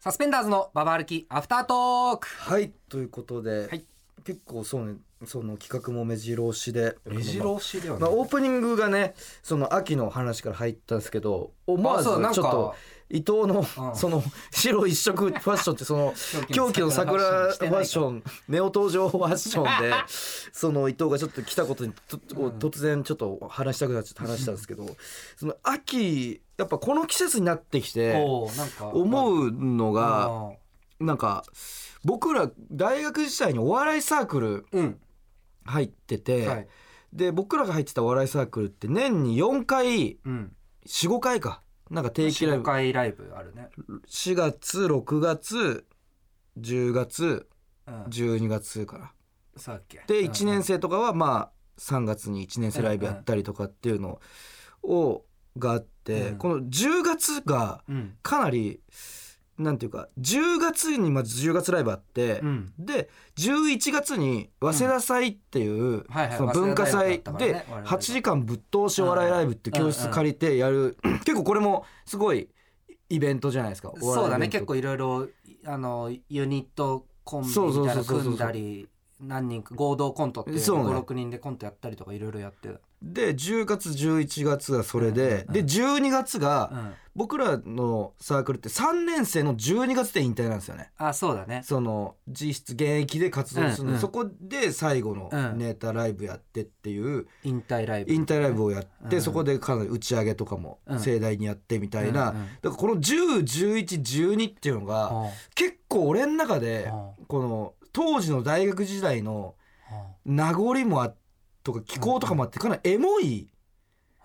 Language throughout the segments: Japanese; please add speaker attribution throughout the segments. Speaker 1: サスペンダーズのババ歩きアフタートーク
Speaker 2: はいということで、
Speaker 1: はい
Speaker 2: 結構そうねその企画も目白押しで
Speaker 3: 目白押しでは
Speaker 2: ま
Speaker 3: な
Speaker 2: あ、
Speaker 3: い、
Speaker 2: オープニングがねその秋の話から入ったんですけど思わずち
Speaker 1: あそ
Speaker 2: ょ
Speaker 1: うなん
Speaker 2: っ
Speaker 1: か
Speaker 2: と伊藤の
Speaker 1: うん
Speaker 2: その白一色ファッションってその狂気の桜ファッションネオ登場ファッションでその伊藤がちょっと来たことにと
Speaker 1: うん
Speaker 2: 突然ちょっと話したくなっちゃって話したんですけどその秋やっぱこの季節になってきて
Speaker 1: おーなんか
Speaker 2: 思
Speaker 1: う
Speaker 2: うのがなんか僕ら大学時代にお笑いサークル
Speaker 1: うん
Speaker 2: 入ってて。
Speaker 1: はい
Speaker 2: で僕らが入ってたお笑いサークルって年に4回
Speaker 1: うん
Speaker 2: 45回かなんか定期ライ
Speaker 1: 4
Speaker 2: ブ
Speaker 1: 回ライブあるね
Speaker 2: 4月6月10月
Speaker 1: うん
Speaker 2: 12月から
Speaker 1: さっき
Speaker 2: で1年生とかはまあ3月に1年生ライブやったりとかっていうのをがあって
Speaker 1: うん
Speaker 2: この10月が
Speaker 1: うん
Speaker 2: かなりなんていうか10月にまず10月ライブあって
Speaker 1: うん
Speaker 2: で11月に早稲田祭っていう
Speaker 1: はいはい
Speaker 2: その文化祭
Speaker 1: 早稲田大学だ
Speaker 2: で
Speaker 1: ったからね
Speaker 2: 8時間ぶっ通しお笑いライブって教室借りてやる 結構これもすごいイベントじゃないですかお
Speaker 1: そうだ
Speaker 2: 笑い
Speaker 1: ね
Speaker 2: イベン
Speaker 1: 結
Speaker 2: ト
Speaker 1: 構いろいろあのユニットコンビ
Speaker 2: そうそ
Speaker 1: み
Speaker 2: う
Speaker 1: たい
Speaker 2: そう
Speaker 1: な
Speaker 2: そうそう
Speaker 1: 組んだり何人か合同コントっていう
Speaker 2: そうね
Speaker 1: 56人でコントやったりとかいろいろやってる
Speaker 2: で10月11月がそれ
Speaker 1: うん
Speaker 2: で
Speaker 1: うん
Speaker 2: で12月
Speaker 1: う
Speaker 2: が
Speaker 1: ん
Speaker 2: 僕らのサークルって3年生の12月で引退なんですよね
Speaker 1: あそうだね
Speaker 2: その実質現役で活動する
Speaker 1: うんう
Speaker 2: の
Speaker 1: ん
Speaker 2: そこで最後のネタライブやってっていう
Speaker 1: 引退ライブ
Speaker 2: 引退ライブをやっ
Speaker 1: うん
Speaker 2: てそこでかなり打ち上げとかも
Speaker 1: うん
Speaker 2: 盛大にやってみたいな
Speaker 1: うんうん
Speaker 2: だからこの101112っていうのが
Speaker 1: は
Speaker 2: 結構俺の中
Speaker 1: あ
Speaker 2: で
Speaker 1: は
Speaker 2: この当時の大学時代の名残もあとか気候とかもあってかなりエモい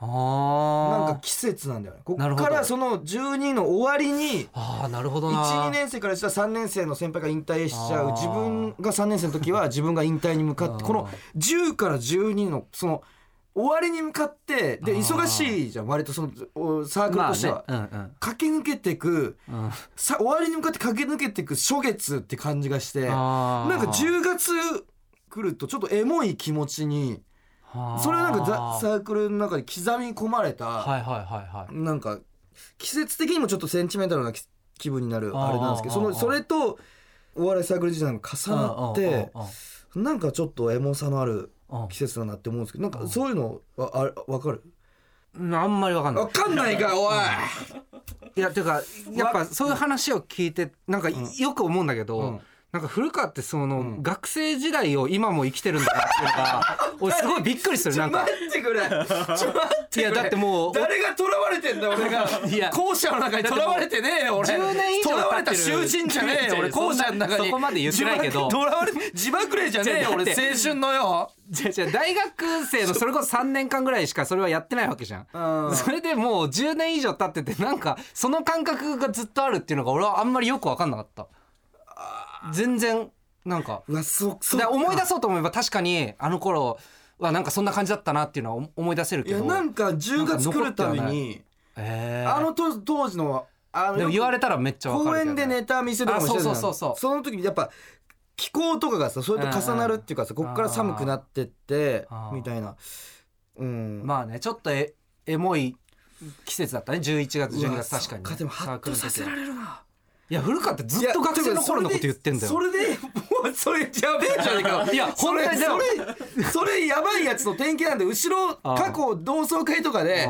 Speaker 1: あ
Speaker 2: なん
Speaker 1: は
Speaker 2: か季節なんだよね。こ
Speaker 1: なる
Speaker 2: っ
Speaker 1: ほど
Speaker 2: からその12の終わりに
Speaker 1: ああなるほどな
Speaker 2: 12年生からしたら3年生の先輩が引退しちゃ
Speaker 1: あー
Speaker 2: う自分が3年生の時は自分が引退に向かってこの10から12のその終わりに向かってで
Speaker 1: あー
Speaker 2: 忙しいじゃん割とそのおサークルとしては、
Speaker 1: まあね
Speaker 2: 駆け抜けてく
Speaker 1: うんうんうん
Speaker 2: さ終わりに向かって駆け抜けてく初月って感じがしてなん
Speaker 1: あー
Speaker 2: か10月来るとちょっとエモい気持ちに
Speaker 1: はあ
Speaker 2: それはなんかザサークルの中に刻み込まれた
Speaker 1: はいはいはいはい
Speaker 2: なんか季節的にもちょっとセンチメンタルなき気分になるあれなんですけどそ
Speaker 1: あ
Speaker 2: の
Speaker 1: ー
Speaker 2: それとお笑いサークル時代が重なって
Speaker 1: うんうんうん
Speaker 2: なんかちょっとエモさのある
Speaker 1: うん
Speaker 2: 季節だなって思うんですけどなんかそういうのはあれわかる
Speaker 1: うんあんまりわかんない
Speaker 2: わかんないかおい
Speaker 1: いやてかやっぱそういう話を聞いてなんかよく思うんだけど、
Speaker 2: うん
Speaker 1: なんか古川ってその、
Speaker 2: うん
Speaker 1: 学生時代を今も生きてるんだなっていうの が俺すごいびっくりするなんか
Speaker 2: っ てくれちょ待って
Speaker 1: いやだってもう
Speaker 2: 誰が囚われてんだ俺が
Speaker 1: いや
Speaker 2: 校舎の中に囚われてねえよ俺
Speaker 1: 10年以上
Speaker 2: 囚わ
Speaker 1: 経っ
Speaker 2: れ
Speaker 1: て
Speaker 2: た
Speaker 1: る
Speaker 2: 囚人じゃねえ よ
Speaker 1: いやい
Speaker 2: 俺
Speaker 1: やそんな
Speaker 2: 校舎の中に
Speaker 1: そこまで言ってないけど
Speaker 2: 自爆囚われ自爆霊じゃねえよ俺
Speaker 1: だって
Speaker 2: 青春のよ
Speaker 1: じゃじゃ大学生のそれこそ3年間ぐらいしかそれはやってないわけじゃん。
Speaker 2: うん
Speaker 1: それでもう10年以上経っててなんかその感覚がずっとあるっていうのが俺はあんまりよく分かんなかった。全然なんか
Speaker 2: うわそそ
Speaker 1: だから思い出
Speaker 2: す
Speaker 1: そうと思えば確かにあの頃はなんかそんな感じだったなっていうのは思思い出せる
Speaker 2: い
Speaker 1: け
Speaker 2: や
Speaker 1: ど
Speaker 2: なんか10月来るたび
Speaker 1: なんか残ってはな
Speaker 2: に
Speaker 1: えー
Speaker 2: あの当当時のあの
Speaker 1: でも言われたらめっちゃ分か
Speaker 2: 公
Speaker 1: るけど
Speaker 2: 園
Speaker 1: ね
Speaker 2: でネタ見せとかもしてるじゃん
Speaker 1: あそうそうそうそう
Speaker 2: その時にやっぱ気候とかがさそれと重なるっていうかさ
Speaker 1: うん
Speaker 2: こ
Speaker 1: うん
Speaker 2: っから寒くなってって
Speaker 1: あー
Speaker 2: みたいなうん
Speaker 1: まあねちょっとエエモい季節だったね11月12月
Speaker 2: うわ
Speaker 1: 確かに、
Speaker 2: そっでもハッとさせら
Speaker 1: る
Speaker 2: れるない
Speaker 1: や古川ってずっと学生の頃のこと言ってんだよ
Speaker 2: それでそれでもうそれやべえじゃねえか
Speaker 1: いや
Speaker 2: それ
Speaker 1: 本当にで
Speaker 2: そ
Speaker 1: も
Speaker 2: れそれやばいやつの典型なんで後ろ
Speaker 1: ああ
Speaker 2: 過去同窓会とかで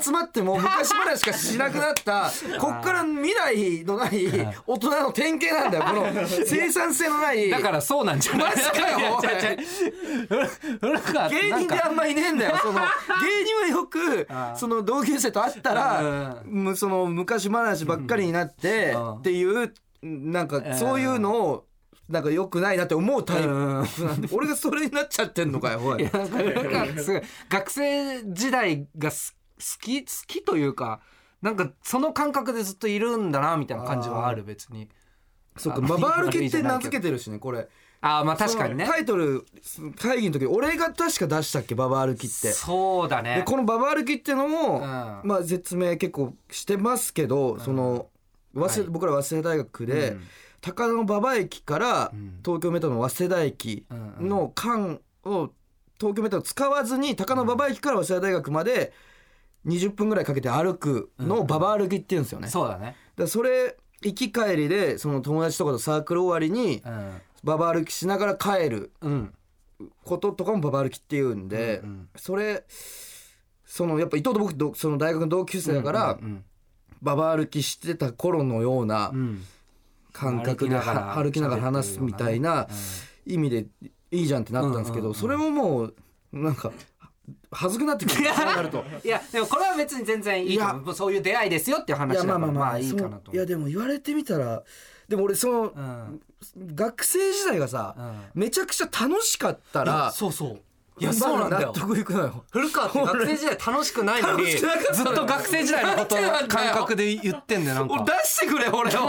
Speaker 2: 集まっても昔話しかしなくな ったこっから未来のない大人の典型なんだよこの生産性のない
Speaker 1: だからそうなんじゃない
Speaker 2: マジかよ
Speaker 1: いや
Speaker 2: おい
Speaker 1: 違う違う古川って
Speaker 2: 芸
Speaker 1: なん
Speaker 2: 人で
Speaker 1: か
Speaker 2: あんまいねえん だよその芸人はよく
Speaker 1: ああ
Speaker 2: その同級生と会ったら
Speaker 1: う
Speaker 2: むその昔話ばっかりになって
Speaker 1: うん
Speaker 2: っていうなん
Speaker 1: うん
Speaker 2: かそういうのをなんか良くないなって思うタイプ
Speaker 1: うん
Speaker 2: なんで俺がそれになっちゃってんのかよおい
Speaker 1: いやなんか古川ってすごい学生時代がす好き好きというかなんかその感覚でずっといるんだなみたいな感じはある別に
Speaker 2: そっ
Speaker 1: あ
Speaker 2: か
Speaker 1: の
Speaker 2: ババ歩
Speaker 1: 悪
Speaker 2: き
Speaker 1: い
Speaker 2: っ
Speaker 1: じゃ
Speaker 2: て
Speaker 1: ない
Speaker 2: 名
Speaker 1: けど
Speaker 2: 付けてるしねこれ
Speaker 1: ああまあ確かにね
Speaker 2: そのタイトル会議の時俺が確か出したっけババ歩きって
Speaker 1: そうだ
Speaker 2: で
Speaker 1: ね
Speaker 2: この「ババ歩き」っていうのも、
Speaker 1: うん
Speaker 2: まあ、説明結構してますけど、その早稲
Speaker 1: はい
Speaker 2: 僕ら早稲田大学で、
Speaker 1: うん
Speaker 2: 高田の馬場駅から
Speaker 1: うん
Speaker 2: 東京メトロの早稲田駅の間を東京メトロ使わずに高田の馬場駅から早稲田大学まで20分ぐらいかけて歩くのを馬場歩きっていうんですよね。だか
Speaker 1: そうだね
Speaker 2: らそれ行き帰りでその友達とかとサークル終わりに
Speaker 1: うん
Speaker 2: ババ歩きしながら帰る
Speaker 1: うん
Speaker 2: こととかもババ歩きっていうんで、
Speaker 1: うんうん
Speaker 2: それそのやっぱ伊藤と僕どその大学の同級生だから、
Speaker 1: うん
Speaker 2: ババ歩きしてた頃のような
Speaker 1: うん
Speaker 2: 感覚で
Speaker 1: 歩きながら
Speaker 2: は歩きながら話すみたいな意味でいいじゃんってなったんですけ
Speaker 1: うんうんう
Speaker 2: ど
Speaker 1: ん
Speaker 2: それももうなんか恥ずくなってくるそうなると。
Speaker 1: いやでもこれは別に全然いいと思うもうそういう出会いですよっていう
Speaker 2: い
Speaker 1: 話
Speaker 2: や
Speaker 1: だか
Speaker 2: ま
Speaker 1: ら
Speaker 2: あまあまあ
Speaker 1: まあいいかなと思
Speaker 2: そういやでも言われてみたらでも俺その
Speaker 1: うん
Speaker 2: 学生時代が
Speaker 1: う
Speaker 2: さ
Speaker 1: ん
Speaker 2: めちゃくちゃ楽しかったら
Speaker 1: そうそうい
Speaker 2: ま
Speaker 1: や
Speaker 2: だ
Speaker 1: そうなんだよ
Speaker 2: 納得いくのよ
Speaker 1: 古川って 学生時代楽しくないのに
Speaker 2: 楽
Speaker 1: ず
Speaker 2: しくなかった
Speaker 1: っ
Speaker 2: の
Speaker 1: と学生時代のことを
Speaker 2: なんでなんだよ
Speaker 1: 感覚で言ってんだよなんか
Speaker 2: 俺出してくれ俺を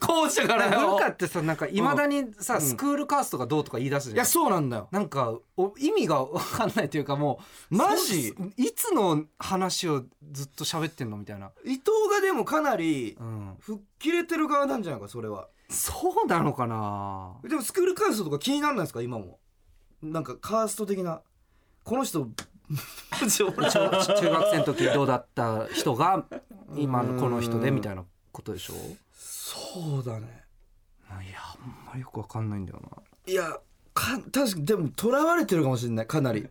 Speaker 2: 校舎から
Speaker 1: 古
Speaker 2: よ
Speaker 1: 川ってさなんかいまだにさ、スクールカーストがどうとか言い出す
Speaker 2: い
Speaker 1: じゃ
Speaker 2: や
Speaker 1: ん
Speaker 2: そうなんだよ
Speaker 1: なんかお意味が分かんないというかもう
Speaker 2: マジ
Speaker 1: そういつの話をずっと喋ってんのみたいな、
Speaker 2: 伊藤がでもかなり
Speaker 1: うん、
Speaker 2: 吹っ切れてる側なんじゃないかそれは
Speaker 1: そうなのかな
Speaker 2: でもスクールカーストとか気になんないですか今もなんかカースト的なこの人
Speaker 1: 中中学生の時どうだった人が今のこの人でみたいなことでしょ
Speaker 2: そうだね
Speaker 1: いやあんまよく分かんないんだよない
Speaker 2: やか確かにでもとらわれてるかもしれないかなり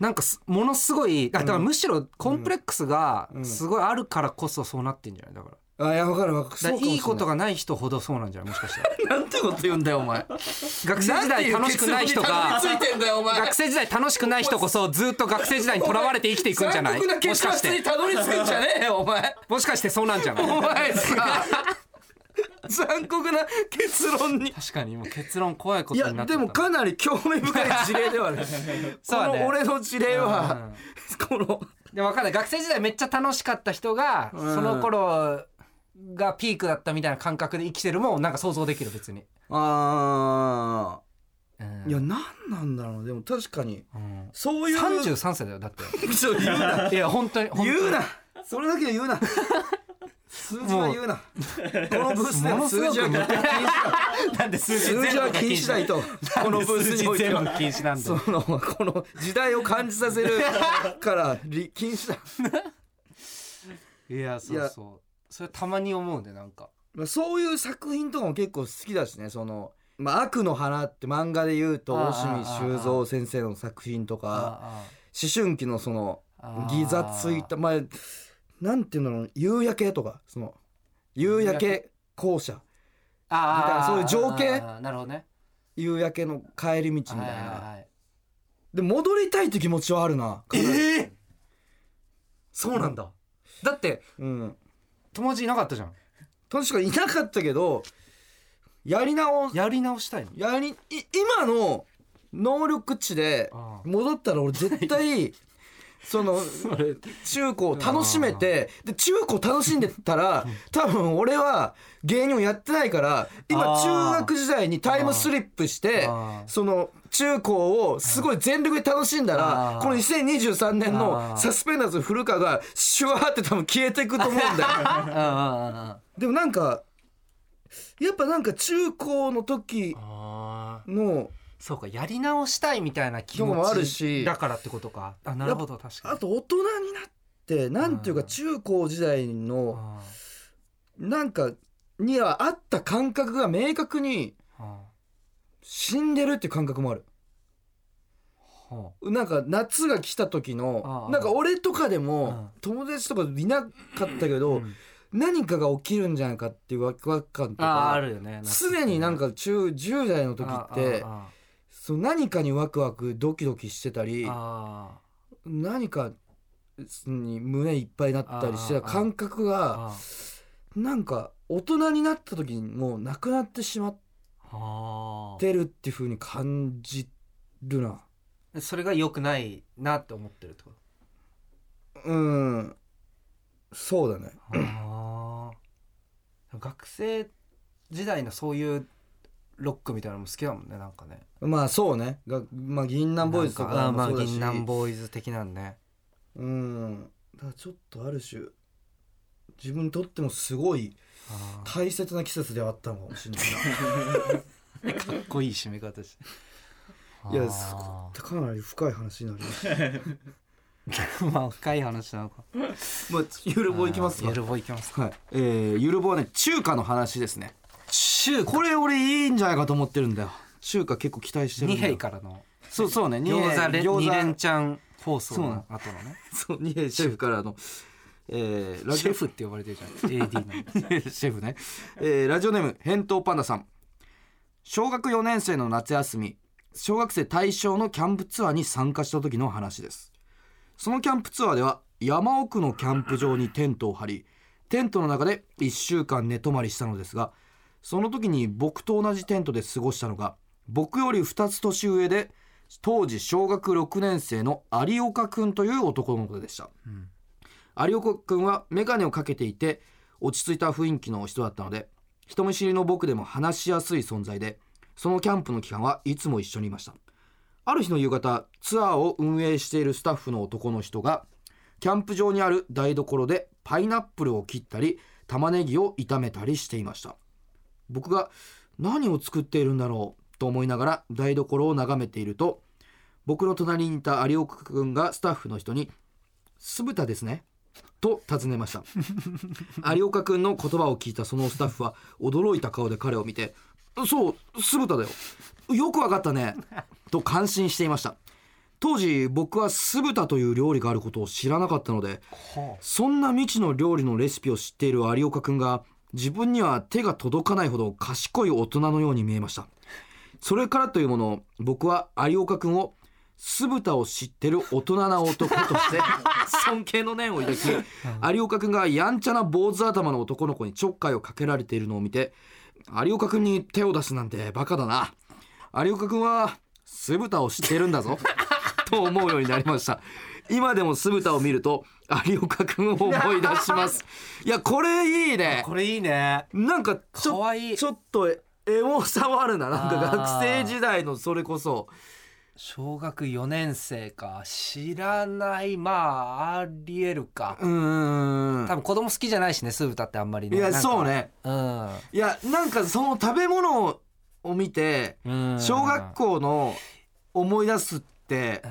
Speaker 1: なんかすものすごいあだからむしろコンプレックスが
Speaker 2: うん
Speaker 1: すごいあるからこそそうなってんじゃないだから
Speaker 2: あいや分かる分かる
Speaker 1: だからいいこと
Speaker 2: が
Speaker 1: がない人ほどそうなんじゃないもしかしたら
Speaker 2: なんてこと言うんだよお 前学
Speaker 1: 学生時代楽しくない人が
Speaker 2: ついてんだよお 前
Speaker 1: 学生時代楽しくない人こそずっと学生時代にとらわれて生きていくんじゃ ない
Speaker 2: 残酷
Speaker 1: もし
Speaker 2: な結
Speaker 1: かし
Speaker 2: 末に
Speaker 1: て
Speaker 2: たどり着くんじゃねえよお前
Speaker 1: もしかしてそうなんじゃない
Speaker 2: お前さ残酷な結論に
Speaker 1: 確かにもう結論怖いこ
Speaker 2: い
Speaker 1: と
Speaker 2: や
Speaker 1: になってた
Speaker 2: でもかなり興味深い事例ではあ る
Speaker 1: そうだね
Speaker 2: この俺の事例は、この
Speaker 1: でも分かんない学生時代めっちゃ楽しかった人が、
Speaker 2: うん
Speaker 1: その頃がピークだったみたいな感覚で生きてるもんなんか想像できる別に、
Speaker 2: あ
Speaker 1: うん
Speaker 2: いや何なんだろうでも確かに
Speaker 1: うん
Speaker 2: そういう
Speaker 1: 33歳だよだって
Speaker 2: ちょ言う ない
Speaker 1: や本当に本当に
Speaker 2: 言うなそれだけは言うな数字は言うなこのブースで
Speaker 1: も
Speaker 2: の
Speaker 1: のす
Speaker 2: 数
Speaker 1: ご
Speaker 2: 字
Speaker 1: く
Speaker 2: は
Speaker 1: 無敵なんで数字
Speaker 2: 数字は禁止だいとこのブースにおいては
Speaker 1: 禁止なん
Speaker 2: そのこの時代を感じさせるからり禁止だ
Speaker 1: いやそうそうそれたまに思うねなんか
Speaker 2: まあ、そういう作品とかも結構好きだしねその、まあ、悪の花って漫画で言うと
Speaker 1: ああ
Speaker 2: 大清修三先生の作品とか思春期のその
Speaker 1: ああ
Speaker 2: ギザついたまあなんていうんだろう夕焼けとかその夕焼け校舎
Speaker 1: あ
Speaker 2: みたいなそういう情景
Speaker 1: ああなるほどね
Speaker 2: 夕焼けの帰り道み
Speaker 1: は
Speaker 2: た
Speaker 1: い
Speaker 2: い
Speaker 1: はい
Speaker 2: な
Speaker 1: はい
Speaker 2: で戻りたいって気持ちはあるなかなり
Speaker 1: えそうなんだだって
Speaker 2: うん
Speaker 1: 友達いなかったじゃん
Speaker 2: 確かにいなかったけどやり直す
Speaker 1: やり直したいの
Speaker 2: やりい今の能力値で
Speaker 1: ああ
Speaker 2: 戻ったら俺絶対その中高を楽しめてで中高楽しんでたら多分俺は芸人をやってないから今
Speaker 1: あー
Speaker 2: 中学時代にタイムスリップして
Speaker 1: あー
Speaker 2: その中高をすごい全力で楽しんだら
Speaker 1: あー
Speaker 2: この2023年の
Speaker 1: あー
Speaker 2: サスペンダーズ古川がシュワーって多分消えていくと思うんだよ。
Speaker 1: あ
Speaker 2: でもなんかやっぱなんか中高の時
Speaker 1: あ
Speaker 2: の
Speaker 1: そうかやり直したいみたいな気
Speaker 2: とかもある
Speaker 1: 持
Speaker 2: し
Speaker 1: ちだからってことかあなるほど確か
Speaker 2: あ
Speaker 1: に
Speaker 2: と大人になってなんていうか
Speaker 1: うん
Speaker 2: 中高時代の
Speaker 1: あ
Speaker 2: なんかにはあった感覚が明確に
Speaker 1: ああ
Speaker 2: 死んでるっていう感覚もある
Speaker 1: あは
Speaker 2: なんか夏が来た時の
Speaker 1: ああ
Speaker 2: なんか俺とかでも友達とかいなかったけ
Speaker 1: あう
Speaker 2: ど
Speaker 1: ん
Speaker 2: 何かが起きるんじゃないかっていうワクワク感と
Speaker 1: あああ
Speaker 2: か
Speaker 1: るよね
Speaker 2: 常になん
Speaker 1: か
Speaker 2: か中10代の時って
Speaker 1: あ
Speaker 2: そう何かにワクワクドキドキしてた
Speaker 1: あ
Speaker 2: り
Speaker 1: あ
Speaker 2: 何かに胸いっぱいになったりしてた感覚
Speaker 1: あ
Speaker 2: が
Speaker 1: あ
Speaker 2: なんか大人になった時にもうなくなってしまっ
Speaker 1: あ
Speaker 2: てるっていう風に感じるな
Speaker 1: あそれが良くないなって思ってるってこと
Speaker 2: うんそうだね
Speaker 1: ああ学生時代のそういうロックみたいなのも好きだもんねなんかね
Speaker 2: まあそうねが、まあ、銀杏ボーイズと
Speaker 1: なんあ
Speaker 2: か
Speaker 1: あま
Speaker 2: も
Speaker 1: あ
Speaker 2: そうだし
Speaker 1: 銀杏ボーイズ的なんね
Speaker 2: うんだからちょっとある種自分にとってもすごい
Speaker 1: ああ
Speaker 2: 大切な季節ではあったのかもしれない
Speaker 1: かっこいい締め方して
Speaker 2: ないやそかなり深い話になりました
Speaker 1: まあ深い話なのか
Speaker 2: もうゆるぼいきますか
Speaker 1: ゆるぼいきますか
Speaker 2: はいえー、ゆるぼはね中華の話ですね
Speaker 1: 中
Speaker 2: これ俺いいんじゃないかと思ってるんだよ中華結構期待してるん
Speaker 1: 二
Speaker 2: だよ
Speaker 1: 兵からの
Speaker 2: そうそうね二兵
Speaker 1: 餃子れ
Speaker 2: 餃子
Speaker 1: 二連チャン放送
Speaker 2: そうなの
Speaker 1: の後のね
Speaker 2: そう二兵シェフからのえー、ラ
Speaker 1: シ
Speaker 2: ジ
Speaker 1: ェ
Speaker 2: オ
Speaker 1: フって呼ばれてるじゃん AD の
Speaker 2: シェフね、えーラジオネーム返答パンダさん小学4年生の夏休み小学生対象のキャンプツアーに参加した時の話ですそのキャンプツアーでは山奥のキャンプ場にテントを張りテントの中で1週間寝泊まりしたのですがその時に僕と同じテントで過ごしたのが僕より2つ年上で当時小学6年生の有岡くんという男の子でした有岡君は眼鏡をかけていて落ち着いた雰囲気の人だったので人見知りの僕でも話しやすい存在でそのキャンプの期間はいつも一緒にいましたある日の夕方ツアーを運営しているスタッフの男の人がキャンプ場にある台所でパイナップルを切ったり玉ねぎを炒めたりしていました僕が何を作っているんだろうと思いながら台所を眺めていると僕の隣にいた有岡君がスタッフの人に「酢豚ですね」と尋ねました有岡君の言葉を聞いたそのスタッフは驚いた顔で彼を見て「そう酢豚だよよくわかったね」と感心していました当時僕は酢豚という料理があることを知らなかったのでそんな未知の料理のレシピを知っている有岡君が自分には手が届かないほど賢い大人のように見えましたそれからというもの僕は有岡君を酢豚を知ってる大人な男として尊敬の念を抱き有岡君がやんちゃな坊主頭の男の子にちょっかいをかけられているのを見て有岡君に手を出すなんてバカだな有岡君は酢豚を知ってるん だぞと思うようになりました今でも酢豚を見ると有岡君を思い出しますいやこれいいね
Speaker 1: これいいね
Speaker 2: なんかち
Speaker 1: か
Speaker 2: ょ
Speaker 1: わいい
Speaker 2: ちょっとエモさはあるななんか
Speaker 1: あー
Speaker 2: 学生時代のそれこそ
Speaker 1: 小学4年生か知らないまあありえるか
Speaker 2: うーん
Speaker 1: 多分子供好きじゃないしね酢豚ってあんまり
Speaker 2: い
Speaker 1: ねな
Speaker 2: や
Speaker 1: んか
Speaker 2: そうね
Speaker 1: うん
Speaker 2: いやなんかその食べ物を見て
Speaker 1: うん
Speaker 2: 小学校の思い出すって
Speaker 1: う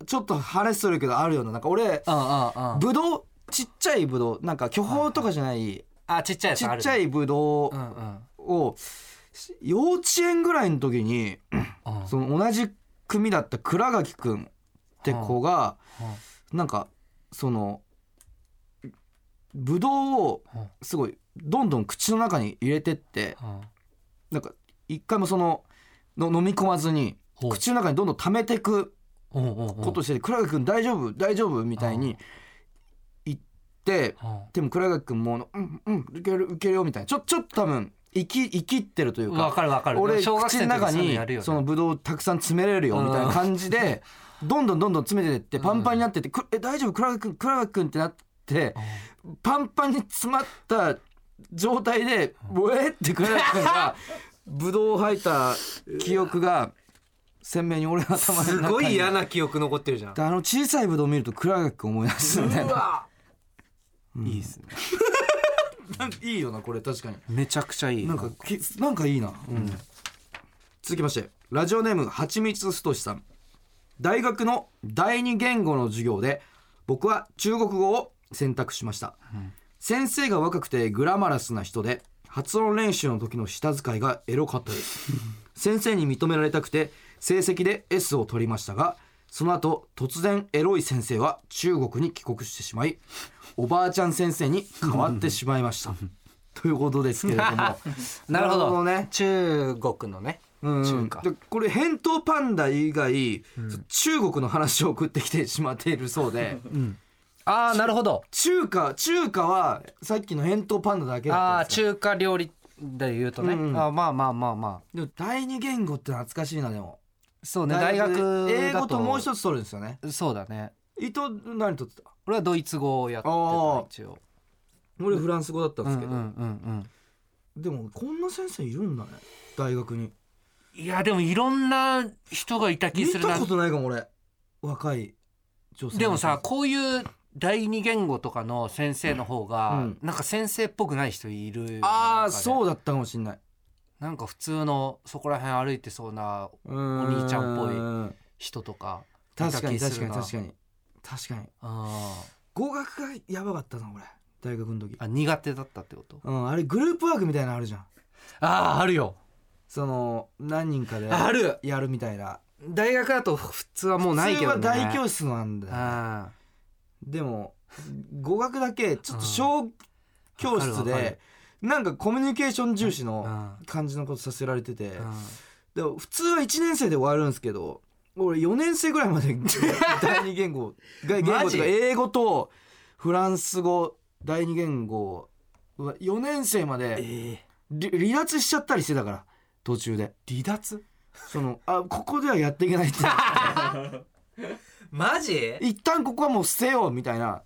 Speaker 1: ん
Speaker 2: ちょっと話するけどあるようななんか俺
Speaker 1: うんうんうん
Speaker 2: ぶどうちっちゃいぶどうなんか巨峰とかじゃない
Speaker 1: あちっちゃいやつ
Speaker 2: ち
Speaker 1: あ
Speaker 2: っ
Speaker 1: る
Speaker 2: ちゃいぶど
Speaker 1: うんうん
Speaker 2: うを幼稚園ぐらいの時に
Speaker 1: うん
Speaker 2: その同じ組だった倉垣くんって子がなんかそのぶどうを
Speaker 1: うん
Speaker 2: すごいどんどん口の中に入れてって
Speaker 1: うん
Speaker 2: なんか一回もそのの飲み込まずに
Speaker 1: ほう
Speaker 2: 口の中にどんどん溜めてく
Speaker 1: うんうんうん
Speaker 2: ことしてて倉垣くん大丈夫大丈夫みたいに言って
Speaker 1: うん
Speaker 2: でも倉垣くんもうんうんいけるいけるよみたいなちょちょっと多分生き生きってるというか
Speaker 1: わかるわかる
Speaker 2: 俺
Speaker 1: 小学
Speaker 2: 口
Speaker 1: 生
Speaker 2: の
Speaker 1: とか
Speaker 2: 中
Speaker 1: そういう
Speaker 2: に
Speaker 1: やるよね
Speaker 2: そのブドウをたくさん詰めれるよみたいな感じでどんどんどんどん詰めてってパンパンになってって「くえ大丈夫倉垣君倉垣君」ってなってパンパンに詰まった状態で「ボえって倉垣君がブドウを吐いた記憶が鮮明に俺の頭の中
Speaker 1: す
Speaker 2: に
Speaker 1: ごい嫌な記憶残ってるじゃん
Speaker 2: であの小さいブドウを見ると倉垣君思い出すみたいな
Speaker 1: いいですね
Speaker 2: いい よなこれ確かに
Speaker 1: めちゃくちゃいい
Speaker 2: なんかきなんかいいな、続きましてラジオネームはちみつすとしさん大学の第二言語の授業で僕は中国語を選択しました、先生が若くてグラマラスな人で発音練習の時の舌遣いがエロかったです 先生に認められたくて成績で S を取りましたがその後突然エロい先生は中国に帰国してしまいおばあちゃん先生に変わってしまいました ということですけれども
Speaker 1: なるほど
Speaker 2: ね
Speaker 1: 中国のね
Speaker 2: うん
Speaker 1: 中華
Speaker 2: でこれ返答パンダ以外、中国の話を送ってきてしまっているそ うで、
Speaker 1: ああなるほど
Speaker 2: 中華中華はさっきの返答パンダだけ
Speaker 1: あ
Speaker 2: だ
Speaker 1: あ
Speaker 2: ったんです
Speaker 1: 中
Speaker 2: よ
Speaker 1: 華料理で言うとね
Speaker 2: うんうん
Speaker 1: あーまあまあまあまあ
Speaker 2: でも第二言語って懐かしいなでも
Speaker 1: そうね大学
Speaker 2: で英語ともう
Speaker 1: だ
Speaker 2: 一つ取るんですよね
Speaker 1: そうだね
Speaker 2: 伊藤何取ってた
Speaker 1: 俺はドイツ語をやってた
Speaker 2: あー
Speaker 1: 一応
Speaker 2: 俺フランス語だったん
Speaker 1: う
Speaker 2: で
Speaker 1: んう
Speaker 2: す
Speaker 1: ん
Speaker 2: けど、
Speaker 1: うん
Speaker 2: でもこんな先生いるんだね大学に
Speaker 1: うんいやでもいろんな人がいた気
Speaker 2: 見
Speaker 1: する
Speaker 2: た
Speaker 1: な
Speaker 2: ことないかも俺若い女性の
Speaker 1: でもさこういう第二言語とかの先生の方が、
Speaker 2: うん
Speaker 1: なんか先生っぽくない人いる
Speaker 2: ああそう
Speaker 1: う
Speaker 2: だったかもしんない
Speaker 1: なんか普通のそこら辺歩いてそうな
Speaker 2: お
Speaker 1: お兄ちゃんっぽい人とか
Speaker 2: 確かに
Speaker 1: 見た気
Speaker 2: 確
Speaker 1: す
Speaker 2: か
Speaker 1: る
Speaker 2: に
Speaker 1: な
Speaker 2: 確かに確かに
Speaker 1: あ
Speaker 2: 語学がやばかったな俺大学の時
Speaker 1: ーあ苦手だったってこと
Speaker 2: うんあれグループワークみたいなのあるじゃん
Speaker 1: あああるよ
Speaker 2: その何人かで
Speaker 1: ある
Speaker 2: やるみたいな
Speaker 1: 大学だと普通はもうないけどね
Speaker 2: 普通は大教室なんだよね
Speaker 1: あ
Speaker 2: でも語学だけちょっと小
Speaker 1: わ
Speaker 2: 教室
Speaker 1: かるわかる
Speaker 2: でなんかコミュニケーション重視
Speaker 1: ー
Speaker 2: の感じのことさせられてて
Speaker 1: うんうん
Speaker 2: でも普通は1年生で終わるんですけど俺4年生ぐらい まで第二言語が言語
Speaker 1: マ
Speaker 2: と
Speaker 1: ジ
Speaker 2: か英語とフランス語第二言語は4年生まで
Speaker 1: え
Speaker 2: り離脱しちゃったりしてたから途中で
Speaker 1: ー離脱
Speaker 2: そのあここではやっていけない って
Speaker 1: マジ
Speaker 2: 一旦ここはもう捨てようみたいな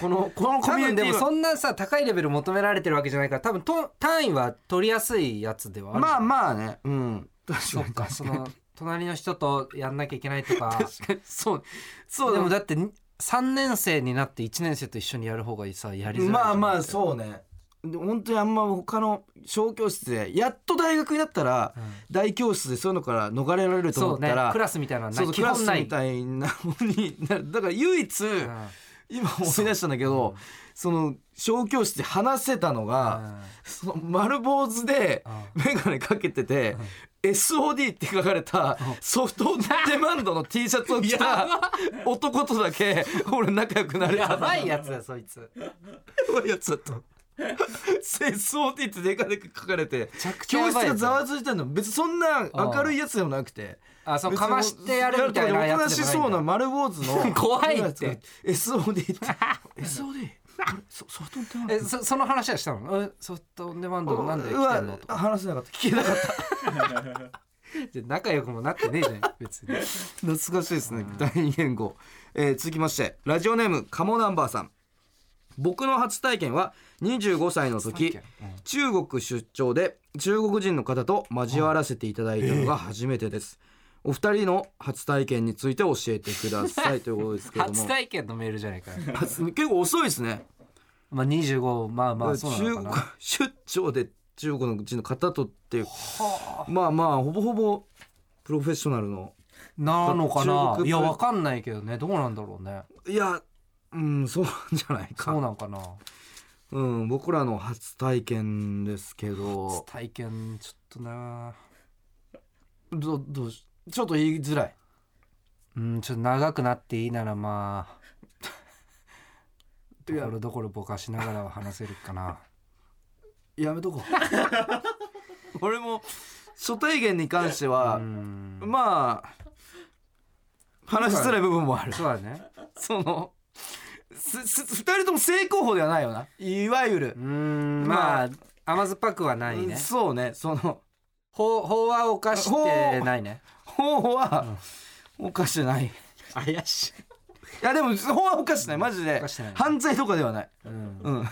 Speaker 2: このこのコ
Speaker 1: 多
Speaker 2: ミュ
Speaker 1: 分で
Speaker 2: ニティ
Speaker 1: も
Speaker 2: は
Speaker 1: そんなさ高いレベル求められてるわけじゃないから多分と単位は取りやすいやつではある
Speaker 2: まあ
Speaker 1: あ
Speaker 2: まあねうん確
Speaker 1: そ
Speaker 2: か
Speaker 1: っ
Speaker 2: に
Speaker 1: か
Speaker 2: 確
Speaker 1: そ
Speaker 2: かに
Speaker 1: の隣の人とやんなきゃいけないとか
Speaker 2: 確かにそうそう
Speaker 1: で
Speaker 2: で
Speaker 1: も
Speaker 2: も
Speaker 1: だって3年生になって1年生と一緒にやる方がさやりづらい
Speaker 2: まあまあ
Speaker 1: う、
Speaker 2: そうねで本当にあんま他の小教室でやっと大学になったら
Speaker 1: うん
Speaker 2: 大教室でそういうのから逃れられると
Speaker 1: そ
Speaker 2: 思
Speaker 1: う
Speaker 2: っ
Speaker 1: ね
Speaker 2: たら
Speaker 1: クラスみたいなの
Speaker 2: そう
Speaker 1: は
Speaker 2: そ
Speaker 1: な
Speaker 2: う
Speaker 1: い基
Speaker 2: クラス
Speaker 1: 本ない
Speaker 2: みたいなものになる だから唯一
Speaker 1: うん
Speaker 2: 今思い出したんだけどその小教室で話せたの
Speaker 1: う
Speaker 2: が
Speaker 1: ん
Speaker 2: その丸坊主で眼鏡かけてて SOD って書かれたソフトオンデマンドの T シャツ を着た男とだけ俺仲良くな
Speaker 1: うん
Speaker 2: れ
Speaker 1: や
Speaker 2: た
Speaker 1: ば いやつだよそいつめ
Speaker 2: ばいやつだった SOD ってでかでか書かれて
Speaker 1: ちゃくちゃ
Speaker 2: 教
Speaker 1: や
Speaker 2: 室
Speaker 1: ばいや
Speaker 2: が
Speaker 1: つ
Speaker 2: ざ
Speaker 1: だ
Speaker 2: わついてんの別にそんな明るいやつでもなくて
Speaker 1: あそうかましてやるみたいな
Speaker 2: おと
Speaker 1: や
Speaker 2: な
Speaker 1: つ
Speaker 2: し
Speaker 1: でも
Speaker 2: そう
Speaker 1: ない
Speaker 2: なん
Speaker 1: だ
Speaker 2: 丸坊主 の
Speaker 1: 怖いって
Speaker 2: SOD って SOD あれそソフトオンデマンド
Speaker 1: えそその話はしたのえソフトオンデマンドのなんで来てんのと
Speaker 2: うわ
Speaker 1: か
Speaker 2: 話せなかった聞けなかった
Speaker 1: じゃあ仲良くもなってねえじゃん別に
Speaker 2: 懐かしいですね第二言語、えー続きましてラジオネームカモナンバーさん僕の初体験は25歳の時中国出張で中国人の方と交わらせていただいたのが初めてです、お二人の初体験について教えてく ださいということですけども
Speaker 1: 初体験のメールじゃないかよ
Speaker 2: 初結構遅いですね
Speaker 1: まあ25まあまあそうな
Speaker 2: 中
Speaker 1: のか
Speaker 2: 国
Speaker 1: な
Speaker 2: 出張で中国の人の方とっていう
Speaker 1: はあ
Speaker 2: まあまあほぼほぼプロフェッショナルの
Speaker 1: なのか
Speaker 2: 中
Speaker 1: な
Speaker 2: 国
Speaker 1: いやわかんないけどねどうなんだろうね
Speaker 2: いやうんそうなんじゃない
Speaker 1: そう
Speaker 2: か
Speaker 1: なんかな
Speaker 2: うん僕らの初体験ですけど
Speaker 1: 体験ちょっとな
Speaker 2: どどうしちょっと言いづらい
Speaker 1: うんちょっと長くなっていいならまあ
Speaker 2: い
Speaker 1: と
Speaker 2: や
Speaker 1: ころどころぼかしながらは話せるかな
Speaker 2: やめとこう 俺も初体験に関しては
Speaker 1: う、ん
Speaker 2: まあ話しづらい部分もある
Speaker 1: そうだね
Speaker 2: そのすす2人とも正攻法ではないよないわゆる
Speaker 1: う、んまあ甘酸っぱくはないね
Speaker 2: そうねその
Speaker 1: 法法は犯してないね
Speaker 2: 方法はおかしくないい
Speaker 1: 怪しい
Speaker 2: やでも法はおかしくないマジで
Speaker 1: 犯してないね
Speaker 2: 犯罪とかではない
Speaker 1: うん
Speaker 2: うん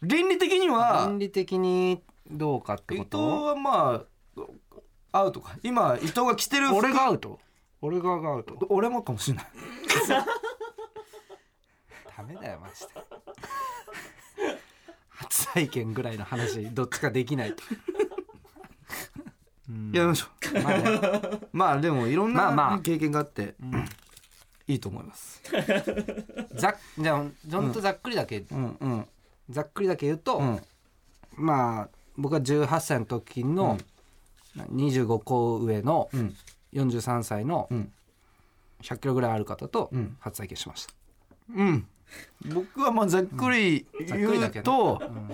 Speaker 2: 倫理的には
Speaker 1: 倫理的にどうかって
Speaker 2: 伊
Speaker 1: こ
Speaker 2: 藤
Speaker 1: と
Speaker 2: はまあアウトか今伊藤が着てる服
Speaker 1: 俺がアウト俺側がアウト
Speaker 2: 俺もかもしれない
Speaker 1: ダメだよマジで 初体験ぐらいの話どっちかできないとうん
Speaker 2: やめましょう
Speaker 1: まあね
Speaker 2: まあでもいろん
Speaker 1: まあま
Speaker 2: な
Speaker 1: あ
Speaker 2: 経験があって
Speaker 1: うん
Speaker 2: いいと思います
Speaker 1: ざっじゃあほんとざっくりだけ、
Speaker 2: うんうん
Speaker 1: ざっくりだけ言うと、
Speaker 2: うん
Speaker 1: まあ僕は18歳の時の25個上の
Speaker 2: うん
Speaker 1: 43歳の
Speaker 2: うん
Speaker 1: 100キロぐらいある方と
Speaker 2: うん
Speaker 1: 初体験しました、
Speaker 2: うん僕はまあざっくり
Speaker 1: ざっくり
Speaker 2: 言
Speaker 1: だ
Speaker 2: う
Speaker 1: け
Speaker 2: と
Speaker 1: うん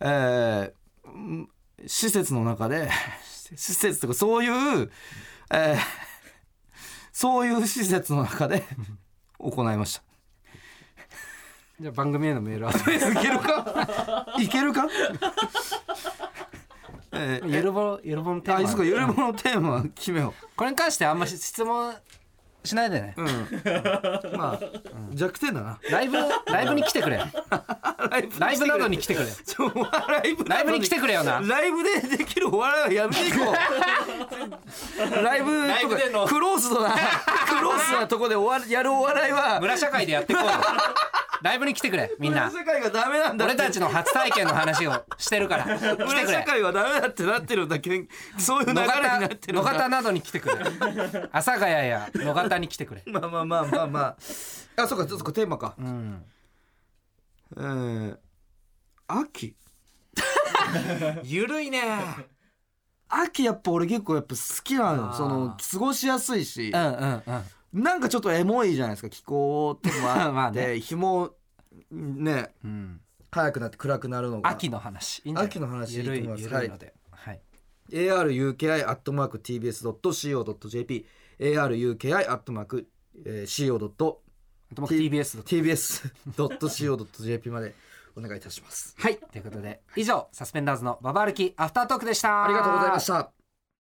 Speaker 2: えーうん施設の中で施設とかそういうえーそういう施設の中で行いました
Speaker 1: じゃあ番組へのメールは
Speaker 2: いけるかいけるかえー
Speaker 1: ゆるぼろゆるぼろのテー
Speaker 2: あ
Speaker 1: マ
Speaker 2: いつかゆるぼのテーマ決めよ
Speaker 1: これに関してあんまし質問しないでね
Speaker 2: う。うん。まあ、弱点だな。
Speaker 1: ライブライブに来てくれ
Speaker 2: ライブ
Speaker 1: ライブなどに来てくれ
Speaker 2: ちょお笑いライブな
Speaker 1: ライ
Speaker 2: の
Speaker 1: ブに来てくれよな
Speaker 2: ライブでできるお笑いはやめていこう。ライブ
Speaker 1: ライブで
Speaker 2: と
Speaker 1: の
Speaker 2: かクローズドなクローズドなとこでおわやるお笑いは
Speaker 1: 村社会でやってこうよ ライブに来てくれみん
Speaker 2: 裏
Speaker 1: な
Speaker 2: 社会がダメなんだって
Speaker 1: 俺たちの初体験の話をしてるから来て
Speaker 2: 裏
Speaker 1: く
Speaker 2: 社
Speaker 1: れ
Speaker 2: 会はダメだってなってるんだけんそういう流れ
Speaker 1: 野
Speaker 2: になっ
Speaker 1: 方
Speaker 2: てる
Speaker 1: 野
Speaker 2: んだ
Speaker 1: 方などに来てくれ阿佐ヶ谷や野方に来てくれ
Speaker 2: まあまあまあまあまあ あそうかちょっとこれテーマか
Speaker 1: うん
Speaker 2: えー秋
Speaker 1: ゆるいね
Speaker 2: 秋やっぱ俺結構やっぱ好きな
Speaker 1: あ
Speaker 2: の
Speaker 1: ー
Speaker 2: その過ごしやすいし
Speaker 1: うんうんうん
Speaker 2: なんかちょっとエモいじゃないですか気候と か
Speaker 1: ま
Speaker 2: あ
Speaker 1: あ
Speaker 2: って
Speaker 1: ね
Speaker 2: 日もね
Speaker 1: うん
Speaker 2: 早くなって暗くなるのが
Speaker 1: 秋の話いいんじゃない
Speaker 2: 秋の話いい
Speaker 1: ゆ
Speaker 2: と
Speaker 1: る
Speaker 2: 思い
Speaker 1: い
Speaker 2: ます
Speaker 1: ゆるいのではい
Speaker 2: aruki.tbs.co.jp aruki.co.tbs.co.jp
Speaker 1: あと僕 TBS
Speaker 2: までお願いいたします。
Speaker 1: はいということで以上サスペンダーズのババ歩きアフタートークでした
Speaker 2: ありがとうございました。